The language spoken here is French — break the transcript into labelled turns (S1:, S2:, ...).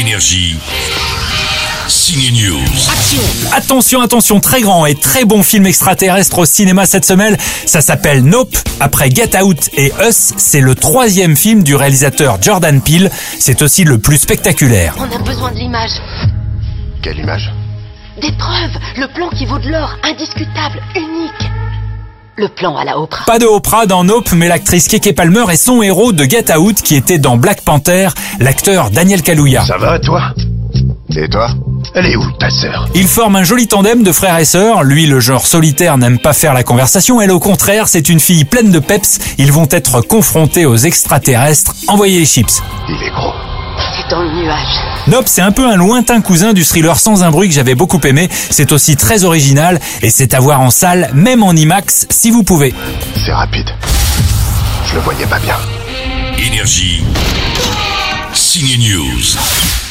S1: Énergie. Signe News.
S2: Attention, attention, très grand et très bon film extraterrestre au cinéma cette semaine. Ça s'appelle Nope. Après Get Out et Us, c'est le troisième film du réalisateur Jordan Peele. C'est aussi le plus spectaculaire.
S3: On a besoin de l'image,
S4: Quelle image
S3: des preuves, le plan qui vaut de l'or, indiscutable, unique. Le plan à la Oprah.
S2: Pas de Oprah dans Nope, mais l'actrice Keke Palmer est son héros de Get Out qui était dans Black Panther, l'acteur Daniel Kaluuya.
S4: Ça va, toi Et toi Elle est où, ta sœur
S2: Ils forment un joli tandem de frères et sœurs. Lui, le genre solitaire, n'aime pas faire la conversation. Elle, au contraire, c'est une fille pleine de peps. Ils vont être confrontés aux extraterrestres. Envoyez les chips.
S4: Il est gros.
S3: C'est dans le nuage.
S2: Nope, c'est un peu un lointain cousin du thriller Sans un bruit que j'avais beaucoup aimé. C'est aussi très original et c'est à voir en salle, même en IMAX, si vous pouvez.
S4: C'est rapide. Je le voyais pas bien.
S1: Énergie. Signe News.